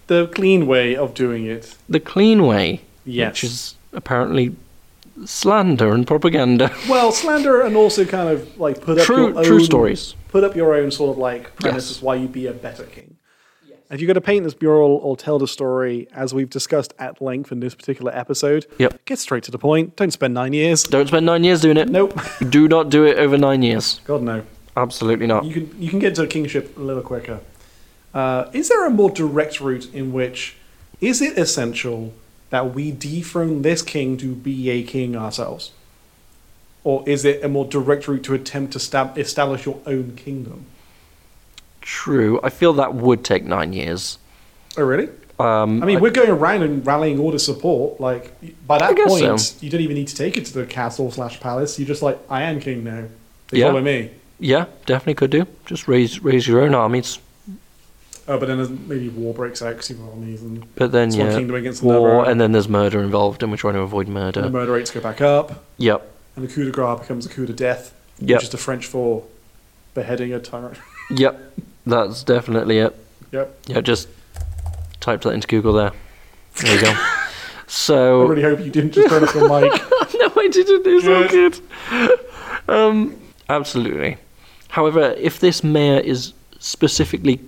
Speaker 2: The clean way of doing it.
Speaker 1: The clean way,
Speaker 2: Yes.
Speaker 1: which is apparently slander and propaganda.
Speaker 2: well, slander and also kind of like put up
Speaker 1: True
Speaker 2: your
Speaker 1: true
Speaker 2: own-
Speaker 1: stories.
Speaker 2: Put up your own sort of like premise
Speaker 1: Yes.
Speaker 2: as why you'd be a better king. If you're going to paint this mural or tell the story, as we've discussed at length in this particular episode,
Speaker 1: Yep.
Speaker 2: get straight to the point. Don't spend nine years.
Speaker 1: Don't spend 9 years doing it.
Speaker 2: Nope.
Speaker 1: Do not do it over 9 years.
Speaker 2: God no.
Speaker 1: Absolutely not.
Speaker 2: You can you can get to a kingship a little quicker. Uh, is there a more direct route in which is it essential that we dethrone this king to be a king ourselves, or is it a more direct route to attempt to stab- establish your own kingdom?
Speaker 1: True. I feel that would take 9 years.
Speaker 2: Oh really?
Speaker 1: Um
Speaker 2: I mean, we're going around and rallying all the support. Like by that
Speaker 1: guess
Speaker 2: point,
Speaker 1: so.
Speaker 2: you don't even need to take it to the castle slash palace. You're just like, I am king now. They
Speaker 1: Yeah.
Speaker 2: follow me.
Speaker 1: yeah, definitely could do. Just raise raise your own armies.
Speaker 2: Oh, but then there's- maybe war breaks out because you've got armies and
Speaker 1: But then
Speaker 2: It's one
Speaker 1: yeah,
Speaker 2: kingdom against
Speaker 1: war,
Speaker 2: another. uh,
Speaker 1: and uh, then there's murder involved, and we're trying to avoid
Speaker 2: the
Speaker 1: murder.
Speaker 2: murder rates go back up.
Speaker 1: Yep.
Speaker 2: and the coup de grace becomes a coup de death,
Speaker 1: Yep.
Speaker 2: which is the French for beheading a tyrant.
Speaker 1: Yep. That's definitely it.
Speaker 2: yep.
Speaker 1: Yeah, just type that into Google there. There you go.
Speaker 2: I
Speaker 1: so
Speaker 2: really hope you didn't just turn off your mic.
Speaker 1: no, I didn't. It's all
Speaker 2: Yes.
Speaker 1: good. Um, absolutely. However, if this mayor is specifically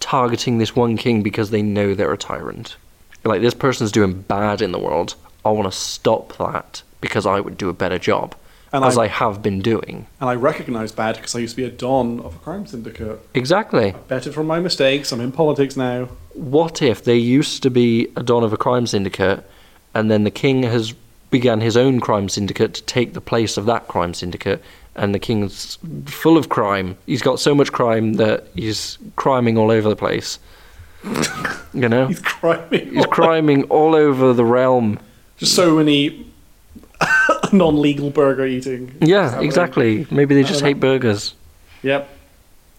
Speaker 1: targeting this one king because they know they're a tyrant, like this person's doing bad in the world, I want to stop that because I would do a better job,
Speaker 2: And
Speaker 1: as
Speaker 2: I-
Speaker 1: I have been doing.
Speaker 2: And I recognise bad because I used to be a don of a crime syndicate.
Speaker 1: Exactly.
Speaker 2: Better from my mistakes. I'm in politics now.
Speaker 1: what if they used to be a don of a crime syndicate and then the king has began his own crime syndicate to take the place of that crime syndicate and the king's full of crime he's got so much crime that he's criming all over the place you know
Speaker 2: He's criming.
Speaker 1: he's criming all over the realm
Speaker 2: Just so many non-legal burger eating.
Speaker 1: yeah
Speaker 2: happening.
Speaker 1: exactly maybe they just
Speaker 2: don't
Speaker 1: hate burgers
Speaker 2: Yep.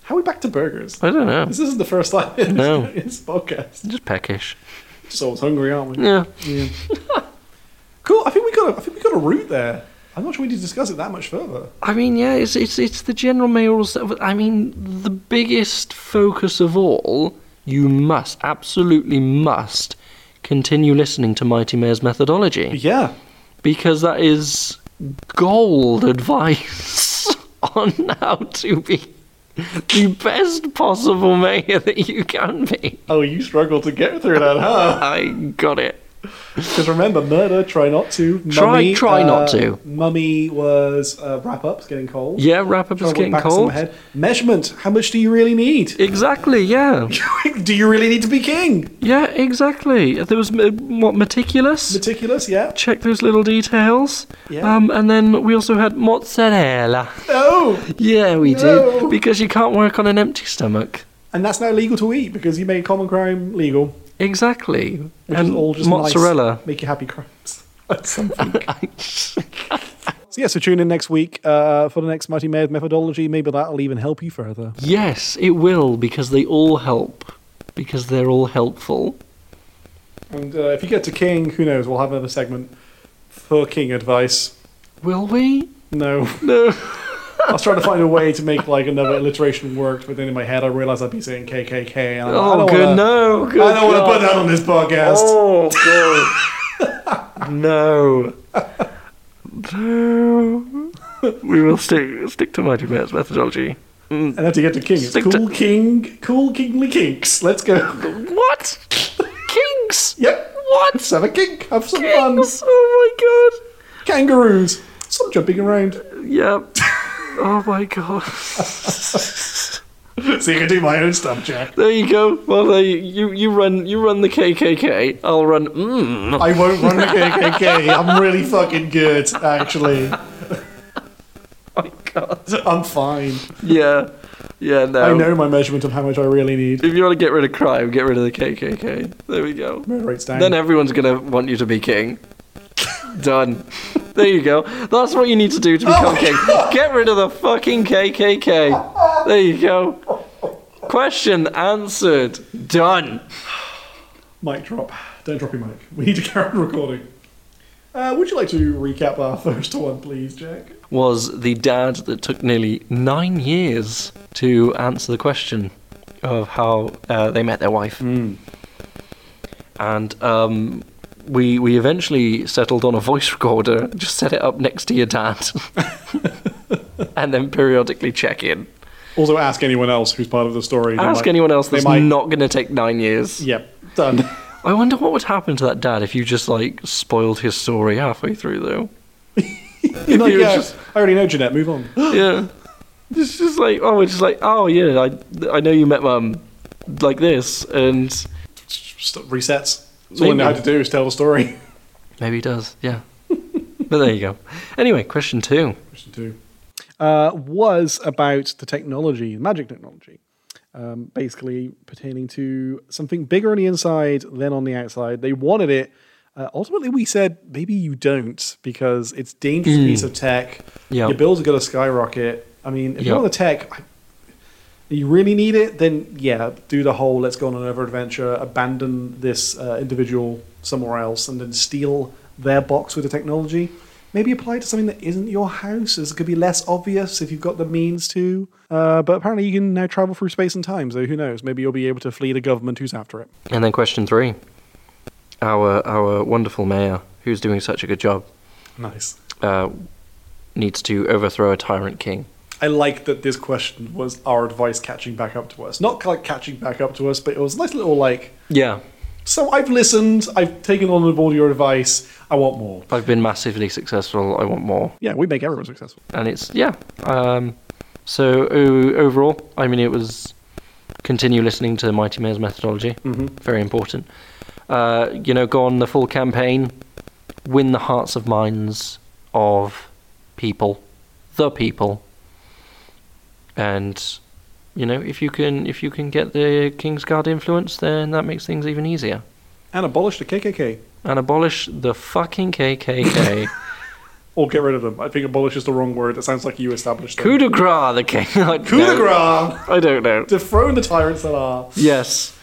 Speaker 2: How are we back to burgers?
Speaker 1: i don't know
Speaker 2: This isn't the first time in
Speaker 1: No.
Speaker 2: this podcast.
Speaker 1: just peckish
Speaker 2: Just always hungry, aren't we?
Speaker 1: yeah
Speaker 2: Yeah. cool. I think we got. A, I think we got a route there. I'm not sure we need to discuss it that much further.
Speaker 1: I mean, yeah, it's it's it's the general mayoral stuff. I mean, the biggest focus of all, you must absolutely must continue listening to Mighty Mayor's methodology
Speaker 2: Yeah.
Speaker 1: because that is gold advice on how to be the best possible mayor that you can be.
Speaker 2: Oh, you struggled to get through that, huh?
Speaker 1: I got it.
Speaker 2: Because remember, murder, try not to.
Speaker 1: Try-
Speaker 2: mummy, uh,
Speaker 1: try not to.
Speaker 2: Mummy was uh, wrap ups, getting cold.
Speaker 1: Yeah, wrap up
Speaker 2: Trouble
Speaker 1: is
Speaker 2: with
Speaker 1: getting
Speaker 2: backs in the
Speaker 1: cold.
Speaker 2: head. Measurement. How much do you really need?
Speaker 1: Exactly. Yeah.
Speaker 2: do you really need to be king?
Speaker 1: Yeah. Exactly. There was uh, what meticulous.
Speaker 2: Meticulous, yeah.
Speaker 1: check those little details.
Speaker 2: Yeah.
Speaker 1: Um, and then we also had mozzarella.
Speaker 2: Oh,
Speaker 1: Yeah, we
Speaker 2: No.
Speaker 1: did. Because you can't work on an empty stomach.
Speaker 2: and that's now legal to eat because you made common crime legal,
Speaker 1: Exactly.
Speaker 2: which
Speaker 1: and
Speaker 2: is all just
Speaker 1: mozzarella.
Speaker 2: nice. Make you happy crimes. That's something. so yeah, so tune in next week uh, for the next Mighty Mayor's methodology. Maybe that'll even help you further.
Speaker 1: Yes, it will because they all help. Because they're all helpful.
Speaker 2: And uh, if you get to King, who knows? We'll have another segment for King advice.
Speaker 1: Will we?
Speaker 2: No,
Speaker 1: No.
Speaker 2: I was trying to find a way to make like another alliteration work, but then in my head I realized I'd be saying KKK, and I'm like, I
Speaker 1: Oh,
Speaker 2: don't
Speaker 1: good.
Speaker 2: wanna,
Speaker 1: no. Good
Speaker 2: I don't want to
Speaker 1: God.
Speaker 2: put that on this podcast.
Speaker 1: Oh god. no. No. We will stick stick to Mighty Mayor's methodology. Mm.
Speaker 2: And have to get to King. It's
Speaker 1: Stick
Speaker 2: cool
Speaker 1: to-
Speaker 2: King, cool kingly kinks. Let's go.
Speaker 1: What? Kings?
Speaker 2: Yep.
Speaker 1: What?
Speaker 2: Let's have a kink. Have some fun.
Speaker 1: Kings? Oh
Speaker 2: Kangaroos. Some jumping around.
Speaker 1: my god. Yep. Oh my god.
Speaker 2: So you can do my own stuff, Jack.
Speaker 1: There you go. Well, there you, you you run you run the KKK. I'll run. Mm.
Speaker 2: I won't run the KKK. I'm really fucking good, actually.
Speaker 1: Oh my god.
Speaker 2: I'm fine.
Speaker 1: Yeah. Yeah. No.
Speaker 2: I know my measurement of how much I really need.
Speaker 1: If you want to get rid of crime, get rid of the KKK. There we go.
Speaker 2: Murder rates down.
Speaker 1: Then everyone's gonna want you to be king. Done.
Speaker 2: Oh
Speaker 1: There you go. That's what you need to do to become king. Get rid of the fucking KKK. There you go. Question answered. Done.
Speaker 2: Mic drop. Don't drop your mic. We need to carry on recording. Uh, would you like to recap our first one, please, Jack?
Speaker 1: Was the dad that took nearly nine years to answer the question of how uh, they met their wife.
Speaker 2: Hmm.
Speaker 1: And um, we, we eventually settled on a voice recorder, just set it up next to your dad, and then periodically check in.
Speaker 2: Also, ask anyone else who's part of the story. They
Speaker 1: Ask
Speaker 2: might-
Speaker 1: anyone else
Speaker 2: they
Speaker 1: that's
Speaker 2: might-
Speaker 1: not going to take nine years.
Speaker 2: Yep, done.
Speaker 1: I wonder what would happen to that dad if you just like spoiled his story halfway through, though.
Speaker 2: You're like,
Speaker 1: He was
Speaker 2: "Yeah,
Speaker 1: just-
Speaker 2: I already know Jeanette. Move on.
Speaker 1: yeah. It's just like, oh, it's just like, oh yeah, I I know you met mum like this, and
Speaker 2: Just resets. That's all I know how
Speaker 1: Maybe.
Speaker 2: to do is tell the story.
Speaker 1: maybe he does, yeah. but there you go. Anyway, question two.
Speaker 2: Question two uh, was about the technology, magic technology, um, basically pertaining to something bigger on the inside than on the outside. They wanted it. Uh, ultimately, we said maybe you don't because it's dangerous piece of tech.
Speaker 1: Yeah.
Speaker 2: Your bills are going to skyrocket. I mean, if you
Speaker 1: Yeah.
Speaker 2: want the tech, I, you really need it, then yeah, do the whole let's go on another adventure, abandon this uh, individual somewhere else, and then steal their box with the technology. Maybe apply it to something that isn't your house, as it could be less obvious if you've got the means to. Uh, but apparently, you can now travel through space and time, so who knows? Maybe you'll be able to flee the government who's after it.
Speaker 1: And then question three. Our our wonderful mayor, who's doing such a good job,
Speaker 2: Nice.
Speaker 1: uh, needs to overthrow a tyrant king.
Speaker 2: I like that this question was our advice catching back up to us. Not like catching back up to us, but it was a nice little like.
Speaker 1: Yeah.
Speaker 2: So I've listened. I've taken on board your advice. I want more.
Speaker 1: I've been massively successful. I want more.
Speaker 2: Yeah, we make everyone successful.
Speaker 1: and it's yeah. Um, so o- overall, I mean, it was continue listening to Mighty Mayor's methodology.
Speaker 2: Mm-hmm.
Speaker 1: Very important. Uh, you know, go on the full campaign, win the hearts of minds of people, the people, and you know, if you can if you can get the Kingsguard influence, then that makes things even easier.
Speaker 2: And abolish the KKK.
Speaker 1: And abolish the fucking KKK.
Speaker 2: Or get rid of them. I think abolish is the wrong word. It sounds like you established them.
Speaker 1: Coup de grace, the king.
Speaker 2: Coup de grace!
Speaker 1: I don't know.
Speaker 2: Dethrone the tyrants that are.
Speaker 1: Yes.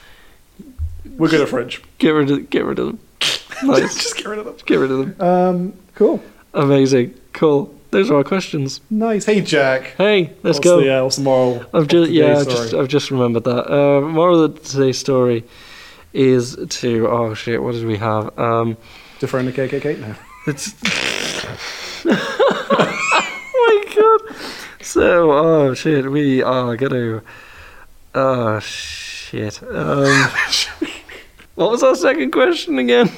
Speaker 2: We're good at French.
Speaker 1: Get rid of get rid of them. nice.
Speaker 2: Just get rid of them.
Speaker 1: Get rid of them.
Speaker 2: Um, cool.
Speaker 1: Amazing. Cool. Those are our questions.
Speaker 2: Nice. Hey, Jack.
Speaker 1: Hey, let's
Speaker 2: what's
Speaker 1: go.
Speaker 2: The, uh, what's the moral?
Speaker 1: I've just
Speaker 2: of
Speaker 1: yeah,
Speaker 2: today's
Speaker 1: I've just
Speaker 2: story?
Speaker 1: I've just remembered that. Uh, moral of today's story is to oh shit, what did we have? Um,
Speaker 2: Dethrone the KKK now.
Speaker 1: it's oh my god. So oh shit, we are gonna oh shit. Um, what was our second question again?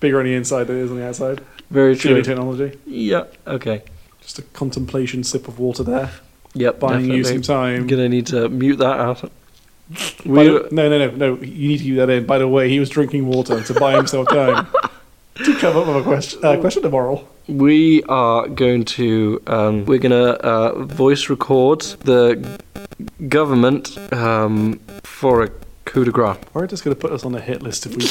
Speaker 2: Bigger on the inside than it is on the outside.
Speaker 1: Very
Speaker 2: Truly
Speaker 1: true.
Speaker 2: technology.
Speaker 1: Yeah. Okay.
Speaker 2: Just a contemplation sip of water there.
Speaker 1: Yep.
Speaker 2: Buying you
Speaker 1: definitely.
Speaker 2: some time.
Speaker 1: I'm gonna need to mute that out.
Speaker 2: By
Speaker 1: We,
Speaker 2: the- no, no, no, no. You need to keep that in. By the way, he was drinking water to buy himself time. to come up with a question, uh, question of moral.
Speaker 1: we are going to um, we're gonna uh, voice record the government um, for a coup de grace.
Speaker 2: We're just going to put us on a hit list if we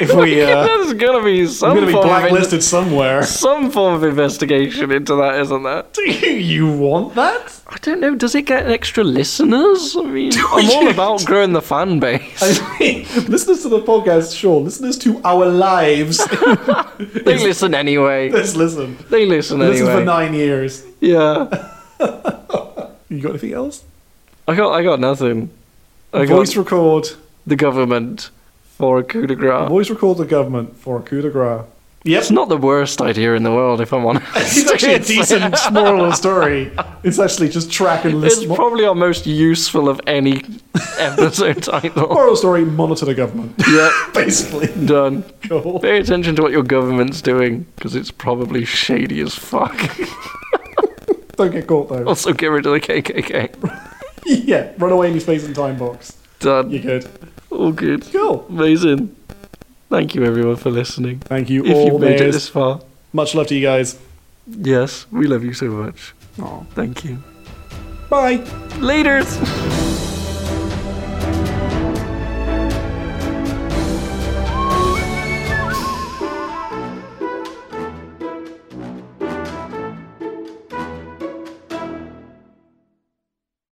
Speaker 2: if we uh,
Speaker 1: There's gonna be
Speaker 2: we're
Speaker 1: some
Speaker 2: going to be
Speaker 1: form of in-
Speaker 2: blacklisted somewhere.
Speaker 1: some form of investigation into that, isn't there?
Speaker 2: Do you want that?
Speaker 1: I don't know. Does it get extra listeners? I mean, I'm all
Speaker 2: you-
Speaker 1: about growing the fan base.
Speaker 2: I mean, listeners to the podcast, sure. Listeners to our lives.
Speaker 1: they listen anyway.
Speaker 2: Let's listen.
Speaker 1: They listen
Speaker 2: Listen for
Speaker 1: anyway.
Speaker 2: nine years.
Speaker 1: Yeah,
Speaker 2: You got anything else?
Speaker 1: I got I got nothing. I got
Speaker 2: voice record.
Speaker 1: the government for a coup de grace.
Speaker 2: Voice record the government for a coup de grace. Oh. Yep.
Speaker 1: It's not the worst idea in the world, if I'm honest.
Speaker 2: It's actually a decent moral story. It's actually just track and
Speaker 1: It's
Speaker 2: list. Mo-
Speaker 1: probably our most useful of any episode title.
Speaker 2: moral story, monitor the government.
Speaker 1: yep,
Speaker 2: Basically.
Speaker 1: done.
Speaker 2: Cool.
Speaker 1: Pay attention to what your government's doing, because it's probably shady as fuck.
Speaker 2: Don't get caught though.
Speaker 1: also, get rid of the KKK.
Speaker 2: yeah, run away in your space and time box.
Speaker 1: Done.
Speaker 2: You're good.
Speaker 1: All good.
Speaker 2: Cool.
Speaker 1: Amazing. Thank you, everyone, for listening.
Speaker 2: Thank you
Speaker 1: If
Speaker 2: all.
Speaker 1: you've made it
Speaker 2: Mayors.
Speaker 1: this far,
Speaker 2: Much love to you guys.
Speaker 1: yes, we love you so much.
Speaker 2: Aw.
Speaker 1: Thank you.
Speaker 2: Bye.
Speaker 1: Laters!